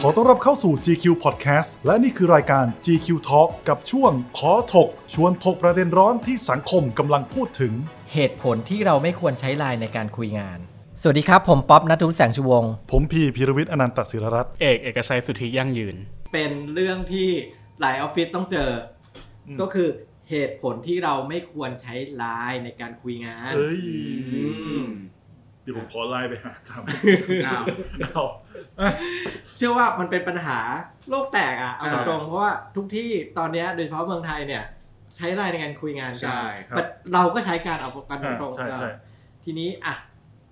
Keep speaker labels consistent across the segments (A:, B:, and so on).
A: ขอต้อนรับเข้าสู่ GQ Podcast และนี่คือรายการ GQ Talk กับช่วงขอถก ชวนถกประเด็นร้อนที่สังคมกำลังพูดถึง
B: เหตุผลที่เราไม่ควรใช้ไลน์ในการคุยงาน สวัสดีครับ ผมป๊อปนัทวุฒิแสงชูวงศ์
A: ผมพีพีรวิทย์อนันตศิรรัตน์
C: เอกเอกชัยสุทธิยั่งยืน
D: เป็นเรื่องที่หลายออฟฟิศต้องเจออก็คือเหตุผลที่เราไม่ควรใช้ไลน์ในการคุยงาน
A: เอ้ย
D: อืม
A: เดี๋ยวผมขอไลน์ไปหาท
C: อ้าว
A: ำเอา
D: เชื่อว่ามันเป็นปัญหาโลกแตกอ่ะเอา
C: อ่า
D: ตรงๆเพราะว่าทุกที่ตอนเนี้ยโดยเฉพาะเมืองไทยเนี่ย ใช้ไลน์ในการคุยงานกั
C: ใช่ครับ
D: แต่เราก็ใช้การเอากันตรงๆ
A: ใช่ใช่
D: ทีนี้อ่ะ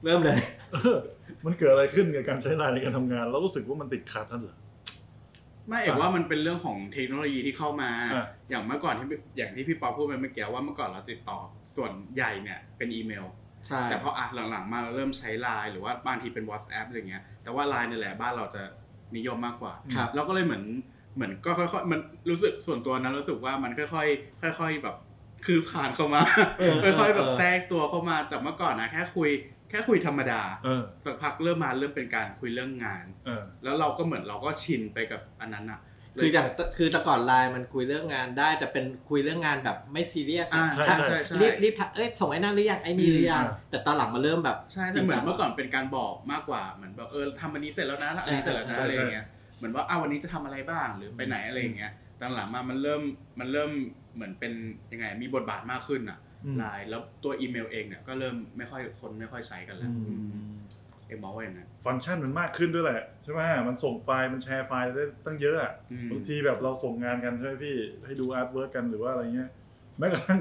D: เริ่มเลย
A: เออมันเกิดอะไรขึ้นกับการใช้ไลน์ในการทำงานเรารู้สึกว่ามันติดขัดนั่นเหรอ
C: ไม่เอกว่ามันเป็นเรื่องของเทคโนโลยีที่เข้ามา
A: อ่ะ
C: อย่างเมื่อก่อนที่อย่างที่พี่ป๊อปพูดไปเมื่อกี้ว่าเมื่อก่อนเราติดต่อส่วนใหญ่เนี่ยเป็นอีเมล
D: ใช่
C: แต่พออ่ะหลังๆมาเราเริ่มใช้ไลน์หรือว่าบางทีเป็น WhatsApp อะไรเงี้ยแต่ว่าไลน์นี่แหละบ้านเราจะนิยมมากกว่า
D: ครับ
C: เราก็เลยเหมือนเหมือนก็ค่อยๆมันรู้สึกส่วนตัวนะรู้สึกว่ามันค่อยๆค่อย ๆ แบบคืบคลานเข้ามา
D: เเ
C: ค่อยๆแบบแทรกตัวเข้ามาจากเมื่อก่อนนะแค่คุยแค่คุยธรรมดา
A: เออ
C: สักพักเริ่มมาเริ่มเป็นการคุยเรื่องงาน
A: เออ
C: แล้วเราก็เหมือนเราก็ชินไปกับอันนั้นอ่ะ
D: คืออย่างคือแต่ก่อนไลน์มันคุยเรื่องงานได้ แต่เป็นคุยเรื่องงานแบบไม่ซีเรียส
C: อ่า
D: อะ
A: ใช่
C: ใช่
A: ใช่
C: ใช่ใช่
D: รีบรีบทักเอ้ยส่งไอ้นั่นหรือยังไอ้นี่หรือยัง
A: อืมอ่ะ
D: แต่ตอนหลังมาเริ่มแบบ
C: ใช่แต่เหมือนเมื่อก่อนเป็นการบอกมากกว่าเหมือนแบบเออทำอันนี้เสร็จแล้วนะแล้วอันนี้เสร็จแล้วนะ
A: ใช่
C: อะไร
A: ใช่
C: อย่างเงี้ยเหมือนว่าอ้าววันนี้จะทำอะไรบ้างหรือไปไหนอะไรอย่างเงี้ยตอนหลังมามันเริ่มมันเริ่มเหมือนเป็นยังไงมีบทบาทมากขึ้นอ่ะ
A: อืม
C: ไลน์แล้วตัวอีเมลเองเนี่ยก็เริ่มไม่ค่อยคนไม่ค่อยใช้กันแล้ว
A: อืม
C: เอ็มบอกว่าอย่างนั้น
A: ฟังก์ชันมันมากขึ้นด้วยแหละใช่ไหมมันส่งไฟล์มันแชร์ไฟล์ได้ตั้งเยอะอะ
C: อืม
A: บางทีแบบเราส่งงานกันใช่ไหมพี่ให้ดูอาร์ตเวิร์กกันหรือว่าอะไรเงี้ยแม้กระทั่ง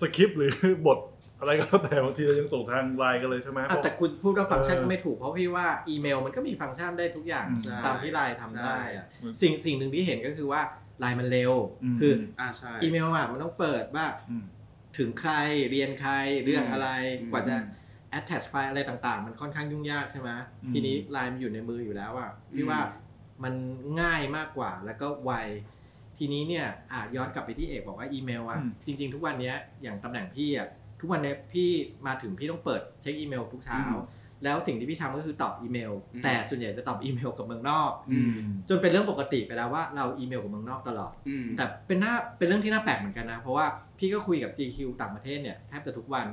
A: สคริปต์หรือ บทอะไรก็แล้วแต่บางทีเรายังส่งทางไลน์กันเลยใช่ไหม
D: อ่ะแต่คุณพูดว่าฟังก์ชัน
A: เออ
D: ก็ไม่ถูกเพราะพี่ว่าอีเมลมันก็มีฟังก์ชันได้ทุกอย่าง
A: อืมใช่
D: ตามที่ไลน์ทำได้อะ
A: ใช่
D: สิ่งสิ่งหนึ่งที่เห็นก็คือว่าไลน์มันเร็ว
A: อืม
D: คือ
C: อ่าใช่
D: อีเมลอ่ะมันต้องเปิดว่า
A: อืม
D: ถึงใครเรียนใครเรื่องอะไร
C: อืม
D: กว่าจะ attach ไฟล์อะไรต่างๆ มันค่อนข้างยุ่งยากใช่ไหม
A: อืม
D: ทีนี้ไลน์มันอยู่ในมืออยู่แล้วอ่ะพี่ว่ามันง่ายมากกว่าแล้วก็ไวทีนี้เนี่ยอ่ะย้อนกลับไปที่เอกบอกว่าอีเมลอ่ะ
A: อืม
D: จริง ๆ ทุกวันเนี้ยอย่างตำแหน่งพี่อ่ะทุกวันเนี้ยพี่มาถึงพี่ต้องเปิดเช็คอีเมลทุกเช้า
C: อืม
D: แล้วสิ่งที่พี่ทำก็คือตอบอีเมล
C: อืม
D: แต่ส่วนใหญ่จะตอบอีเมลกับเมืองนอก
C: อืม
D: จนเป็นเรื่องปกติไปแล้วว่าเราอีเมลกับเมืองนอกตลอด
C: อืม
D: แต่เป็นหน้าเป็นเรื่องที่น่าแปลกเหมือนกันนะ เพราะว่าพี่ก็คุยกับ GQ ต่างประเทศเนี่ยแทบจะทุกวัน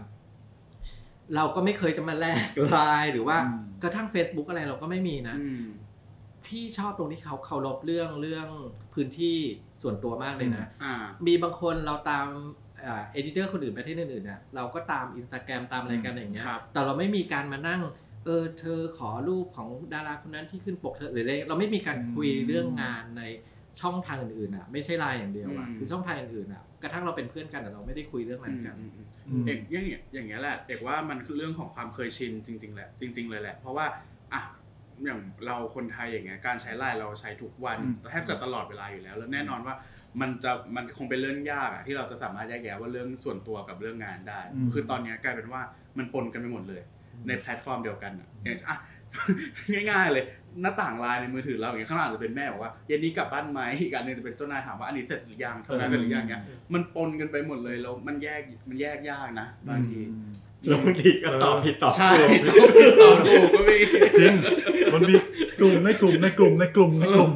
D: เราก็ไม่เคยจะมาแลกไลน์หรือว่า
A: อืม
D: กระทั่ง Facebook อะไรเราก็ไม่มีนะ
C: อืม
D: พี่ชอบตรงที่เขาเคารพเรื่องเรื่องพื้นที่ส่วนตัวมากเลยนะ
C: อ่า
D: มีบางคนเราตามเอดิเตอร์คนอื่นประเทศอื่นๆเนี่ยเราก็ตามอินสตาแกรมตามอะไรกันอย่างเงี้ย
C: ครับ
D: แต่เราไม่มีการมานั่ง เออเธอขอรูปของดาราคนนั้นที่ขึ้นปกเธอหรืออะไรเราไม่มีการคุยเรื่องงานในช่องทางอื่นๆอ่ะไม่ใช่ไลน์อย่างเดียวอ่ะคือช่องทางอื่นๆอ่ะกระทั่งเราเป็นเพื่อนกันแต่เราไม่ได้คุยเรื่องนั้นกัน
C: อืมอืม
A: อืม
C: เอกอย่างเงี้ยอย่างเงี้ยแหละเอกว่ามันคือเรื่องของความเคยชินจริง ๆ แหละ จริง ๆ เลยแหละ เพราะว่าอ่ะอย่างเราคนไทยอย่างเงี้ยการใช้ไลน์เราใช้ทุกวัน
A: อืม
C: แทบจะตลอดเวลาอยู่แล้ว แล้วแน่นอนว่ามันจะมันคงเป็นเรื่องยากอะที่เราจะสามารถแยกแยะว่าเรื่องส่วนตัวกับเรื่องงานได้
A: อืม
C: คือตอนเนี้ยกลายเป็นว่ามันปนกันไปหมดเลย ในแพลตฟอร์มเดียวกันอะอย่างเช่นอ่ะ ง่าย ๆ เลยหน้าต่างไลน์ในมือถือเราอย่างเงี้ยข้างหลังจะเป็นแม่บอกว่าเย็นนี้กลับบ้านไหมอีกอันหนึงจะเป็นเจ้านายถามว่าอันนี้เสร็จหรือยังทำงานเสร็จหรือยังเงี้ย มันปนกันไปหมดเลยแล้วมันแยกมันแยกยากนะบางที
E: แล้วบางทีก็ตอบผิดตอบ
C: ใช่
E: ถูก
C: ตอบถูกก็มี
A: จริงมันมีกลุ่มในกลุ่มในกลุ่มในกลุ่มในกลุ่ม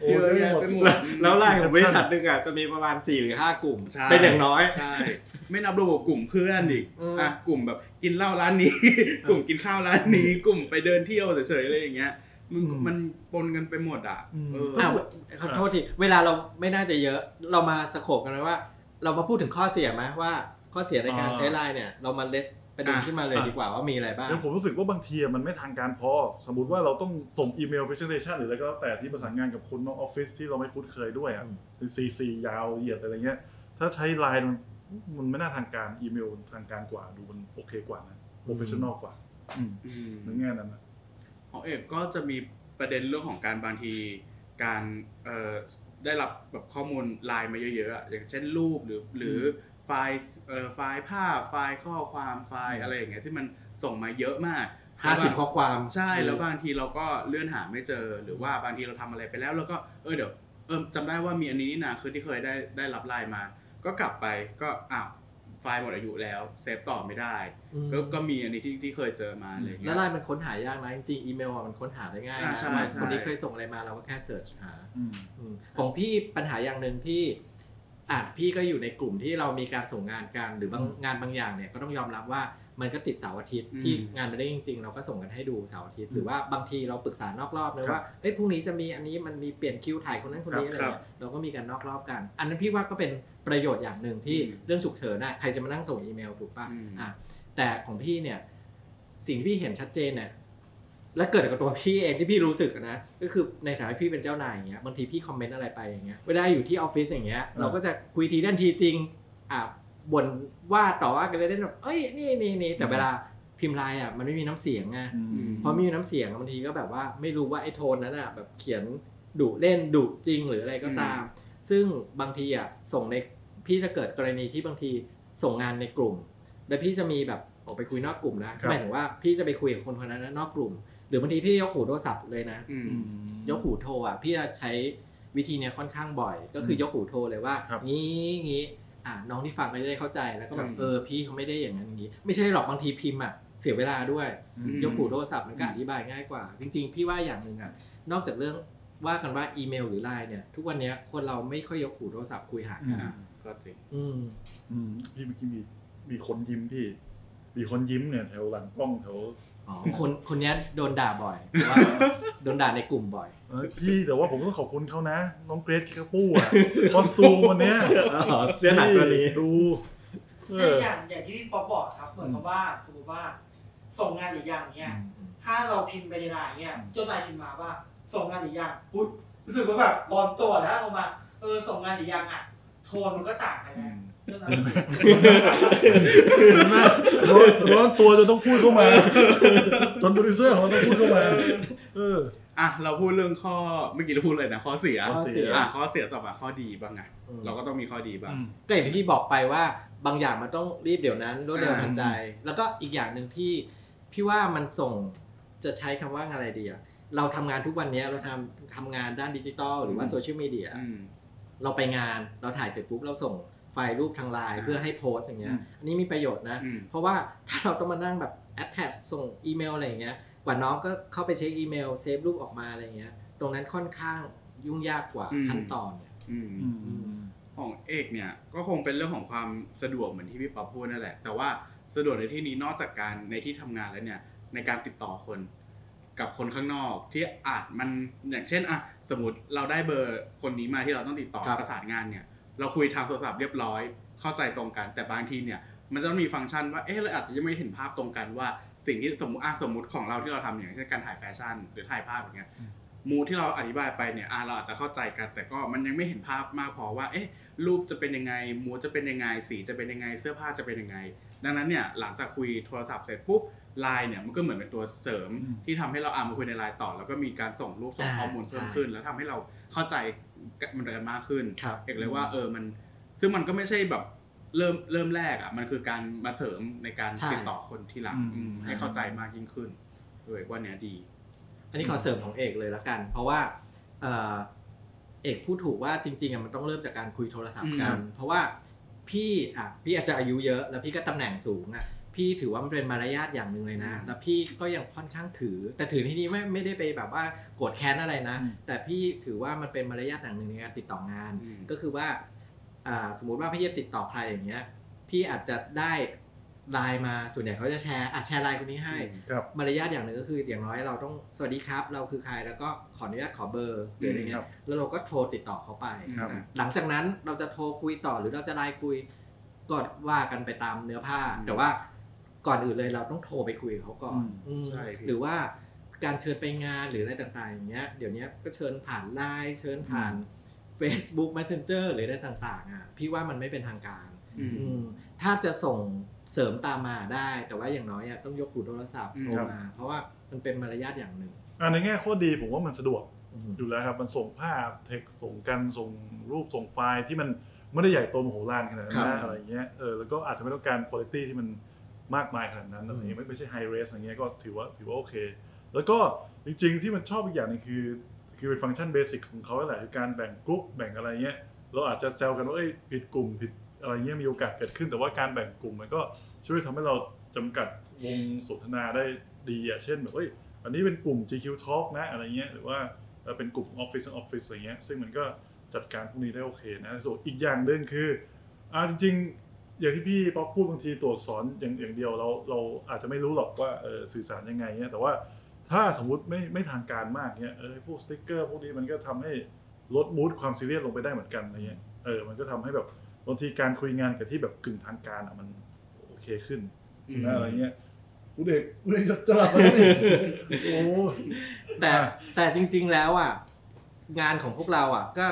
A: โอ้
C: เย
A: ย
C: อะแยะ
A: หมด
C: ไปหมด
E: แล้วไลน์ของบริษัทหนึ่งอ่ะจะมีประมาณ 4 หรือ 5 กลุ่ม
C: ใช่
E: เป็นอย่างน้อย
C: ใช่ไม่นับรวมกับกลุ่มเพื่อนอีก
D: อืม
C: อ่ะกลุ่มแบบกินเหล้าร้านนี้ กลุ่มกินข้าวร้านนี้ กลุ่มไปเดินเที่ยวเฉยๆอะไรอย่างเงี้ยมัน
A: อืม
C: มันปนกันไปหมดอ่ะ
A: อืม
C: เออ
D: อ้าวขอโทษทีเวลาเราไม่น่าจะเยอะเรามาสโคบกันไหมว่า เรามาพูดถึงข้อเสียไหมว่าข้อเสียในการใช้ไลน์เนี่ย เรามาเลสประเด็น
C: อ่ะ
D: ขึ้นมาเลยดีกว่าว่ามีอะไรบ้าง
A: แล้วผมรู้สึกว่าบางทีมันไม่ทางการพอ สมมติว่าเราต้องส่งอีเมล presentation หรืออะไรก็แล้วแต่ที่ประสานงานกับคนนอกออฟฟิศที่เราไม่คุ้นเคยด้วยอะ
D: อืม
A: หรือ CC ยาวเหยียดอะไรเงี้ย ถ้าใช้ไลน์มันมันไม่น่าทางการอีเมลทางการกว่า ดูมันโอเคกว่านะ professional กว่า
C: อืม
A: ในแง่นั้นนะ
C: ของเอกก็จะมีประเด็นเรื่องของการบางทีการเอ่อได้รับแบบข้อมูลไลน์มาเยอะๆอะอย่างเช่นรูปหรือหรือไฟล์เอ่อไฟล์ภาพไฟล์ข้อความไฟล์อะไรอย่างเงี้ยที่มันส่งมาเยอะมาก
D: ห้าสิบข้อความ
C: ใช่แล้วบางทีเราก็เลื่อนหาไม่เจอหรือว่าบางทีเราทำอะไรไปแล้วแล้วก็เออเดี๋ยวเออจำได้ว่ามีอันนี้นี่นาคือที่เคยได้ได้รับไลน์มา ก็กลับไปก็อ้าว ไฟล์หมดอายุแล้วเซฟต่อไม่ได้
D: อืม
C: ก็ก็มีอันนี้ที่ที่เคยเจอมาอะไรเงี้
D: แล้
C: ย
D: วไลน์มันค้นหายากนะจริงๆอีเมลอะมันค้นหาได้ง่าย
C: อ่า
D: นะ
C: ใช่ใช่
D: คนนี้เคยส่งอะไรมาเราก็แค่เสิร์ชหา
A: อืม
D: อืมของพี่ปัญหาอย่างหนึ่งที่อาจพี่ก็อยู่ในกลุ่มที่เรามีการส่งงานกันหรือบางงานบางอย่างเนี่ยก็ต้องยอมรับว่ามันก็ติดเสาร์อาทิตย์
C: อืม
D: ที่งานไม่ได้จริง ๆ เราก็ส่งกันให้ดูเสาร์อาทิตย์หรือว่าบางทีเราปรึกษานอกรอบนะครับ ว่าเอ้ยพรุ่งนี้จะมีอันนี้มันมีเปลี่ยนคิวถ่ายคนนั้นคนนี้อะไร
C: ครับ
D: เนี่ยเราก็มีการนอกรอบกัน อันนั้นพี่ว่าก็เป็นประโยชน์อย่างหนึ่งที่
C: อืม
D: เรื่องฉุกเฉินนะใครจะมานั่งส่งอีเมลถูกปะ
C: อืม
D: อ่ะแต่ของพี่เนี่ยสิ่งที่พี่เห็นชัดเจนเนี่ย และเกิดกับตัวพี่เองที่พี่รู้สึกอะนะก็คือในฐานะที่พี่เป็นเจ้านายอย่างเงี้ยบางทีพี่คอมเมนต์อะไรไปอย่างเงี้ยเวลาอยู่ที่ออฟฟิศอย่างเงี้ยเราก็จะคุยทีเล่นทีจริงอ่ะบ่นว่าต่อว่ากันเลยเล่นแบบเอ้ยนี่นี่นี่แต่เวลาพิมพ์ไลน์อ่ะมันไม่มีน้ำเสียงไงพอไม่มีน้ำเสียงอะบางทีก็แบบว่าไม่รู้ว่าไอ้โทนนั้นอ่ะแบบเขียนดุเล่นดุจริงหรืออะไรก็ตาม ซึ่งบางทีอ่ะส่งในพี่จะเกิดกรณีที่บางทีส่งงานในกลุ่ม แล้วพี่จะมีแบบออกไปคุยนอกกลุ่มนะครับ หมายถึงว่าพี่จะไปคุยกับคนคนนั้นนะนอกกลุ่ม หรือบางทีพี่ยกหูโทรศัพท์เลยนะ
C: อืม
D: ยกหูโทรอ่ะพี่จะใช้วิธีเนี้ยค่อนข้างบ่อย ก็คือ
A: ม
D: ยกหูโทรเลยว่า
A: ครับ
D: งี้งี้อ่ะน้องที่ฟังก็จะได้เข้าใจแล้วก็แบ
C: ครับ บ
D: เออพี่เขาไม่ได้อย่างนั้นอย่างนี้ ไม่ใช่หรอกบางทีพิมพ์อ่ะเสียเวลาด้วย
A: อืม
D: ยกหูโทรศัพท์มันก็อธิบายง่ายกว่า จริง ๆ พี่ว่าอย่างหนึ่งอ่ะนอกจากเรื่องว่ากันว่าอีเมลหรือไลน์เนี่ย ทุกวันเนี้ยคนเราไม่ค่อยยกหูโทรศัพท์คุยหากัน
C: อ่ะก็จริง
D: อืม
A: อืมพี่เมื่อกี้มีมีคนยิ้มพี่ มีคนยิ้มเนี่ยแถวหลังกล้องแถว
D: อ๋อคนคนเนี้ยโดนด่าบ่อยเพราะว่าโดนด่าในกลุ่มบ่อย
A: เอ้ยพี่แต่ว่าผมต้องขอบคุณเขานะ น้องเกรซคิกาปู้อะคอสตูมวันเนี้ย
E: อ๋อเสื้อหนังตัวนี้
A: ดูเอ
F: ซึ่ง
A: อ
F: อย่างอย่างที่พี่ป๊อปบอกครับ เหมือนกับว่าสมมติว่าส่งงานหรือยังเนี่ย ถ้าเราพิมพ์ไปในไลน์เนี่ยเจ้านายพิมพ์มาว่า ส่งงานหรือยังปุ๊บรู้สึกว่าแบบปลอมตัวแล้วลงมาเออส่งงานหรือยังอ่ะโทนมันก็ต่างกันแล้วเรื่องนั้นเสีย
A: เห็นไหมร้อนร้อนตัวจนต้องพูดเข้ามาจนโปรดิวเซอร์ของเราต้องพูดเข้ามา เออ
C: อ่ะเราพูดเรื่องข้อเมื่อกี้เราพูดเลยนะข้อเสีย
A: ข้อเสีย
C: อ่ะข้อเสียต่อมาข้อดีบ้างไง
D: อืม
C: เราก็ต้องมีข้อดีบ้าง
A: อืม
D: ก็อย่างที่พี่บอกไปว่าบางอย่างมันต้องรีบเดี๋ยวนั้นรวดเร็ว
C: อ่า
D: ทันใจ แล้วก็อีกอย่างหนึ่งที่พี่ว่ามันส่งจะใช้คำว่าอะไรดีอะเราทำงานทุกวันเนี้ยเราทำทำงานด้านดิจิทัลหรือว่าโซเชียลมีเดีย
C: อืม
D: เราไปงานเราถ่ายเสร็จปุ๊บ เราส่งไฟล์รูปทางไลน์
C: อ่า
D: เพื่อให้โพสต์อย่างเงี้
A: อืม
D: ยอันนี้มีประโยชน์นะ
C: อืม
D: เพราะว่า ถ้าเราต้องมานั่งแบบ attach ส่งอีเมลอะไรอย่างเงี้ยกว่าน้องก็เข้าไปเช็คอีเมลเซฟรูปออกมาอะไรอย่างเงี้ยตรงนั้นค่อนข้างยุ่งยากกว่าขั้นตอนเนี่ย
C: อืม
A: อืม
C: ของเอกเนี่ยก็คงเป็นเรื่องของความสะดวกเหมือนที่พี่ป๊อปพูดนั่นแหละ แต่ว่าสะดวกในที่นี้นอกจากการในที่ทำงานแล้วเนี่ยในการติดต่อคนกับคนข้างนอกที่อาจมันอย่างเช่นอ่ะสมมติเราได้เบอร์คนนี้มาที่เราต้องติดต่อ
D: ครับ
C: ประสานงานเนี่ย เราคุยทางโทรศัพท์เรียบร้อยเข้าใจตรงกัน แต่บางทีเนี่ย มันจะต้องมีฟังก์ชันว่าเอ๊ะเราอาจจะยังไม่เห็นภาพตรงกันว่าสิ่งที่สมมติอ่ะสมมติของเราที่เราทำอย่างเช่นการถ่ายแฟชั่นหรือถ่ายภาพอย่างเงี้ยมูที่เราอธิบายไปเนี่ยอ่ะเราอาจจะเข้าใจกัน แต่ก็มันยังไม่เห็นภาพมากพอว่าเอ๊ะ รูปจะเป็นยังไงมูดจะเป็นยังไง สีจะเป็นยังไง เสื้อผ้าจะเป็นยังไง ดังนั้นเนี่ยหลังจากคุยโทรศัพท์เสร็จปุ๊บไลน์เนี่ยมันก็เหมือนเป็นตัวเสริม
A: อืม
C: ที่ทำให้เราอ่ามาคุยในไลน์ต่อ แล้วก็มีการส่งรูปส่ง
D: อ่า
C: ข้อมูลเพิ่ม
D: ใช่
C: ขึ้น แล้วทำให้เราเข้าใจมันกันมากขึ้น
D: ครับ
C: เอกเลยว่าเออมันซึ่งมันก็ไม่ใช่แบบเริ่มเริ่มแรกอ่ะมันคือการมาเสริมในการ
D: ใช่
C: ติดต่อคนที่หลัง
A: อืม
C: อืมให้
D: ใช่
C: เข้าใจมากยิ่งขึ้นเลยว่าเนี้ยดี
D: อันนี้ขอเสริมของเอกเลยละกัน เพราะว่าเอ่อเอกพูดถูกว่าจริงๆอะมันต้องเริ่มจากการคุยโทรศัพท์กัน เพราะว่าพี่อ่ะพี่อาจจะอายุเยอะ แล้วพี่ก็ตำแหน่งสูงอ่ะพี่ถือว่ามันเป็นมารยาทอย่างหนึ่งเลยนะ
C: อืม
D: แล้วพี่ก็ยังค่อนข้างถือ แต่ถือที่นี้ไม่ไม่ได้ไปแบบว่าโกรธแค้นอะไรนะ
A: อืม
D: แต่พี่ถือว่ามันเป็นมารยาทอย่างหนึ่งในการติดต่องาน
C: อืม
D: ก็คือว่าอ่าสมมุติว่าพี่จะติดต่อใครอย่างเงี้ย พี่อาจจะได้ไลน์มาส่วนใหญ่เขาจะแชร์อ่ะแชร์ไลน์คนนี้ให้
A: ครับ
D: มารยาทอย่างหนึ่งก็คืออย่างน้อยเราต้องสวัสดีครับ เราคือใครแล้วก็ขออนุญาตขอเบอร์หรืออะไร
A: ค
D: เงี้
A: รั
D: ย
A: บ
D: แล้วเราก็โทรติดต่อเขาไป
A: ครับ
D: นะหลังจากนั้นเราจะโทรคุยต่อหรือเราจะไลน์คุยก็ว่ากันไปตามเนื้อผ้า
C: อืม
D: แต่ว่าก่อนอื่นเลยเราต้องโทรไปคุยกับเขาก่อน
A: อืม
D: อืม
C: ใช่พี่
D: หรือว่าการเชิญไปงานหรืออะไรต่างๆอย่างเงี้ยเดี๋ยวเนี้ยก็เชิญผ่านไลน์เชิญผ่าน Facebook Messenger หรืออะไรต่างๆอ่ะพี่ว่ามันไม่เป็นทางการ
C: อืม
D: อืมถ้าจะส่งเสริมตามมาได้ แต่ว่าอย่างน้อยอะต้องยกหูโทรศัพท์
C: อืม
D: โทรมา เพราะว่ามันเป็นมารยาทอย่างหนึ่ง
A: อ่ะในแง่ข้อดีผมว่ามันสะดวก
D: อืม
A: อยู่แล้วครับ มันส่งภาพเท็กซ์ส่งกันส่งรูปส่งไฟล์ที่มันไม่ได้ใหญ่โตมโหฬารขนาดนั้น
C: ครั
A: นะ
C: บ
A: อะไรเงี้ยเออแล้วก็อาจจะไม่ต้องการคุณภาพที่มันมากมายขนาดนั้นอะไรเงี้ยไม่ไม่ใช่ไฮเรสอะไรเงี้ยก็ถือว่าถือว่าโอเค แล้วก็จริงๆที่มันชอบอีกอย่างหนึงคือ คือเป็นฟังก์ชันเบสิกของเขาแหละคือการแบ่งกลุ่มแบ่งอะไรเงี้ยเราอาจจะแซวกันว่าเอ้ยผิดกลุ่มผิด อะไรเงี้ยมีโอกาสเกิดขึ้น แต่ว่าการแบ่งกลุ่มมันก็ช่วยทำให้เราจำกัดวงสนทนาได้ดีอ่ะเช่นแบบเฮ้ยอันนี้เป็นกลุ่ม GQ Talk นะอะไรเงี้ยหรือว่าเอ่อเป็นกลุ่ม Office and Office อะไรเงี้ยซึ่งมันก็จัดการพวกนี้ได้โอเคนะส่วนอีกอย่างหนึ่งคืออ่าจริงๆ อย่างที่พี่ป๊อกพูดบางทีตัวอักษรอย่างอย่างเดียวเราเราอาจจะไม่รู้หรอกว่าเออสื่อสารยังไงเงี้ยแต่ว่า ถ้าสมมุติไม่ไม่ทางการมากเนี้ยเออพวกสติ๊กเกอร์พวกนี้มันก็ทำให้ลดมูดความซีเรียสลงไปได้เหมือนกันอะไรเงี้ยเออมันก็ทำให้แบบบางทีการคุยงานกับที่แบบกึ่งทางการอ่ะมันโอเคขึ้นนะอะไรเงี้ยกูเด็กกูเด็กจะหลับแล้วนี่โอ้ย
D: แต่
A: อ่า
D: แต่จริง ๆแล้วอ่ะงานของพวกเราอ่ะก็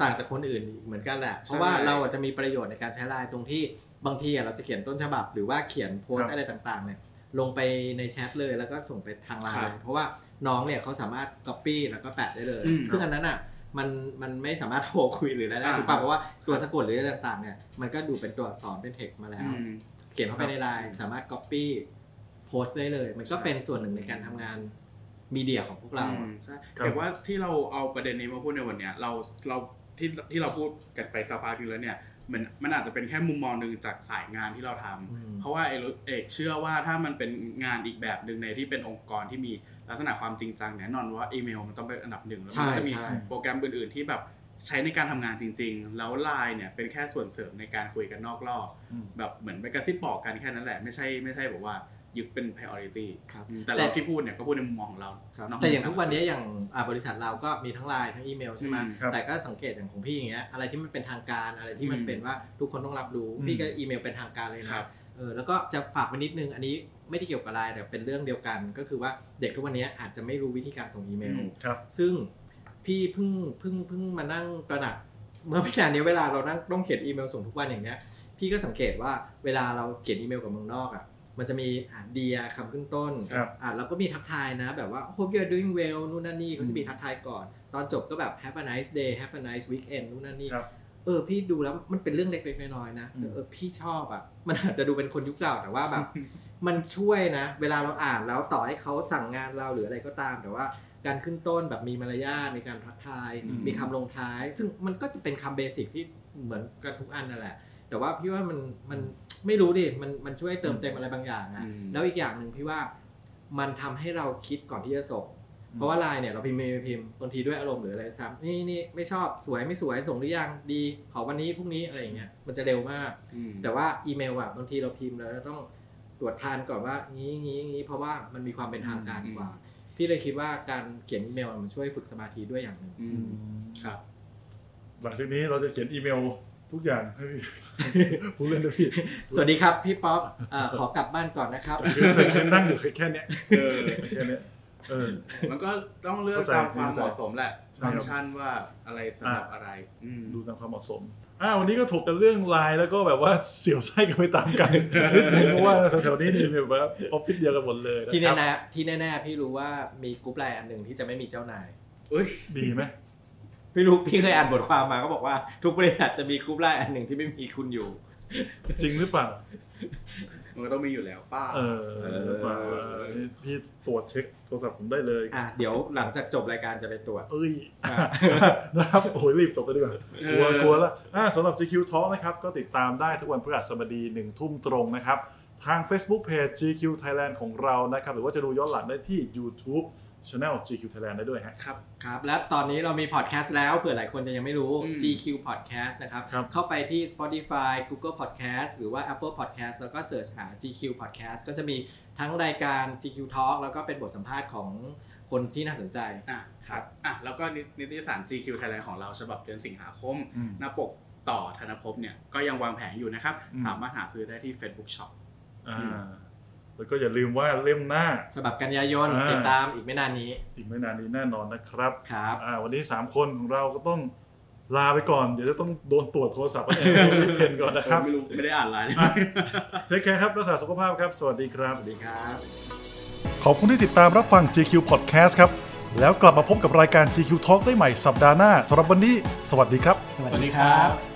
D: ต่างจากคนอื่นอีกเหมือนกันแหละ เพราะว่าเราอ่ะจะมีประโยชน์ในการใช้ไลน์ตรงที่บางทีอ่ะเราจะเขียนต้นฉบับ หรือว่าเขียนโพส
A: ครั
D: ต์
A: บ
D: อะไรต่างๆเนี่ยลงไปในแชทเลยแล้วก็ส่งไปทางไล
C: ครับ
D: น์เพราะว่าน้องเนี่ยเขาสามารถ Copy แล้วก็แปะได้เลย
C: อืม
D: ซึ่งอันนั้นอ่ะมันมันไม่สามารถโทรคุยหรืออะไรได้
C: อ่า
D: ถูก
C: ครั
D: ป่ะ
C: บ
D: เพราะว่าตัวสะกดหรืออะไรต่างๆเนี่ยมันก็ดูเป็นตัวอักษรเป็นเท็กซ์มาแล้ว
C: อืม
D: เขียนเข้าไปในไลน์สามารถ Copy โพสต์ได้เลย มันก็
C: ใช่
D: เป็นส่วนหนึ่งในการทำงานมีเดียของพวกเรา
C: อืมใช่
A: ครับ
C: แต่ว่าที่เราเอาประเด็นนี้มาพูดในวันเนี้ยเราเราที่ที่เราพูดกันไปสักพักหนึงแล้วเนี่ยมันมันอาจจะเป็นแค่มุมมองหนึ่งจากสายงานที่เราทำ
D: อืม
C: เพราะว่าเอกเอกเชื่อว่าถ้ามันเป็นงานอีกแบบหนึ่งในที่เป็นองค์กรที่มีลักษณะความจริงจังแน่นอนว่าอีเมลมันต้องเป็นอันดับหนึ่งแล้วมั
D: ใช่
C: ก็จะมี
D: ใช่
C: โปรแกรมอื่น ๆ ที่แบบใช้ในการทำงานจริง ๆ แล้วไลน์เนี่ยเป็นแค่ส่วนเสริมในการคุยกันนอกรอบ
A: อืม
C: แบบเหมือนไปกระซิบบอกกันแค่นั้นแหละไม่ใช่ไม่ใช่บอกว่ายึดเป็น priority
D: ครับ
C: อืมแต่เราที่พูดเนี่ยก็พูดในมุมมองของเรา
D: ครับ
C: เนะ
D: แต่อย่างทุกวันนี้อย่างอ่าบริษัทเราก็มีทั้งไลน์ทั้งอีเมลใช่ไหม
C: อืม
A: ครับ
D: แต่ก็สังเกตอย่างของพี่อย่างเงี้ยอะไรที่มันเป็นทางการอะไรที่มัน
C: อืม
D: เป็นว่าทุกคนต้องรับรู้
A: อืม
D: พี่ก็อีเมลเป็นทางการเลย
C: ครั
D: นะ
C: บ
D: เออแล้วก็จะฝากไว้นิดนึงอันนี้ไม่ได้เกี่ยวกับไลน์แต่เป็นเรื่องเดียวกัน ก็คือว่าเด็กทุกวันนี้อาจจะไม่รู้วิธีการส่งอีเมล
A: ครับ
D: ซึ่งพี่เพิ่งเพิ่งเพิ่งมานั่งตระหนักเมื่อไม่นานเนี้เวลาเรานั่งต้องเขียนอีเมลส่งทุกวันอย่างเงี้ยพี่ก็สังเกตว่าเวลาเราเขียนอีเมลกับเมืองนอกอ่ะมันจะมีอ่าเดียคำขึ้นต้น
A: ครับ
D: อ่าเราก็มีทักทายนะ แบบว่า hope you're doing well นู่นนั่นนี่เขาจะมีทักทายก่อน ตอนจบก็แบบ have a nice day have a nice weekend นู่นนั่นนี่
A: ครับ
D: เออพี่ดูแล้วมันเป็นเรื่องเล็กๆน้อยๆนะ
A: อืม
D: เออพี่ชอบอ่ะ มันอาจจะดูเป็นคนยุคเก่าแต่ว่าแบบ มันช่วยนะ เวลาเราอ่านแล้วต่อให้เขาสั่งงานเราหรืออะไรก็ตาม แต่ว่าการขึ้นต้นแบบมีมารยาทมีการทักทาย
C: อืม
D: มีคำลงท้าย ซึ่งมันก็จะเป็นคำเบสิกที่เหมือนกันทุกอันนั่นแหละ แต่ว่าพี่ว่ามันมันไม่รู้ดิมันมันช่วยเติมเต็มอะไรบางอย่างอะ
C: อืม
D: แล้วอีกอย่างหนึ่งพี่ว่ามันทำให้เราคิดก่อนที่จะส่ง เพราะว่าไลน์เนี่ยเราพิมพ์พิมพ์พิมพ์บางทีด้วยอารมณ์หรืออะไรซ้ำนี่นี่ไม่ชอบสวยไม่สวยส่งหรือยังดีขอวันนี้พรุ่งนี้อะไรอย่างเงี้ยมันจะเร็วมาก
C: อืม
D: แต่ว่าอีเมลอะบางทีเราพิมพ์แล้วเราต้องตรวจทานก่อนว่างี้งี้งี้เพราะว่ามันมีความเป็นทางการกว่า พี่เลยคิดว่าการเขียนอีเมลมันช่วยฝึกสมาธิด้วยอย่างหนึ่ง
C: อืมครับ
A: หลังจากนี้เราจะเขียนอีเมลทุกอย่างให้พี่ พูดเล่นนะพี่
D: สวัสดีครับพี่ป๊อปเอ่อขอกลับบ้านก่อนนะครับ
A: คือแต่ฉันนั่งอยู่แค่เนี้ย
C: เออ
A: แค่เนี้ยเออ
C: มันก็ต้องเลือกตามความเหมาะสมแหละ
A: ใช่
C: ฟัง
A: ครับ
C: ก์ชันว่าอะไรสำหรับอะไร อืม
A: ดูตามความเหมาะสม อ่าวันนี้ก็ถกแต่เรื่องไลน์แล้วก็แบบว่าเสียวไส้กันไปตามกันนิดนึงเพราะว่าแถวๆนี้นี่แบบว่าออฟฟิศเดียวกันหมดเลย
D: ที่
A: นะครับ
D: แน่ๆที่แน่ๆพี่รู้ว่ามีกรุ๊ปไลน์อันหนึ่งที่จะไม่มีเจ้านาย
A: ดีไหม
E: ไม่รู้พี่เคยอ่านบทความมาก็บอกว่าทุกบริษัทจะมีกรุ๊ปไลน์อันหนึ่งที่ไม่มีคุณอยู่
A: จริงหรือเปล่า
C: มันก็ต้องมีอยู่แล้วป้า
A: เออหรือเปล่า
E: เออ
A: เออนี่พี่ตรวจเช็คโทรศัพท์ผมได้เลย
D: อ่ะเดี๋ยวหลังจากจบรายการจะไปตรวจ
A: เอ้ย นะครับโอ้ยรีบตบไปดีกว่ากลัว
C: เออ
A: กลัวละอ่าสำหรับ GQ Talk นะครับ ก็ติดตามได้ทุกวันพฤหัสบดีหนึ่งทุ่มตรงนะครับ ทาง Facebook Page GQ Thailand ของเรานะครับ หรือว่าจะดูย้อนหลังได้ที่ YouTube Channel GQ Thailand ได้ด้วยฮะ
C: ครับ
D: ครับ และตอนนี้เรามีพอดแคสต์แล้วเผื่อหลายคนจะยังไม่รู้
C: อืม
D: GQ Podcast นะครับ
A: ครับ
D: เข้าไปที่ Spotify Google Podcast หรือว่า Apple Podcast แล้วก็เสิร์ชหา GQ Podcast ก็จะมีทั้งรายการ GQ Talk แล้วก็เป็นบทสัมภาษณ์ของคนที่น่าสนใจ
C: อ่ะครับ อ่ะ แล้วก็นินิตยสาร GQ Thailand ของเราฉบับเดือนสิงหาคม
A: อืม
C: หน้าปกต่อธนภพเนี่ย ก็ยังวางแผนอยู่นะครับ
A: อืม
C: สามารถหาซื้อได้ที่ Facebook Shop
A: อ่าแล้วก็อย่าลืมว่าเล่มหน้า
D: ฉบับกันยายน
A: อ่า
D: ติดตามอีกไม่นานนี้
A: อีกไม่นานนี้แน่นอนนะครับ
D: ครับ
A: อ่าวันนี้ 3 คนของเราก็ต้องลาไปก่อน เดี๋ยวจะต้องโดนตรวจโทรศัพท์แล้วเนี่ย ต้องรีบเพนก่อนนะครับ
C: ไม่รู้ไม่ได้อ่านไลน์เลย
A: เทคแคร์ครับ รักษาสุขภาพครับ สวัสดีครับ
D: สวัสดีครับ
A: ขอบคุณที่ติดตามรับฟัง GQ Podcast ครับ แล้วกลับมาพบกับรายการ GQ Talk ได้ใหม่สัปดาห์หน้าสำหรับวันนี้ สวัสดีครับ
B: สวัสดีครับ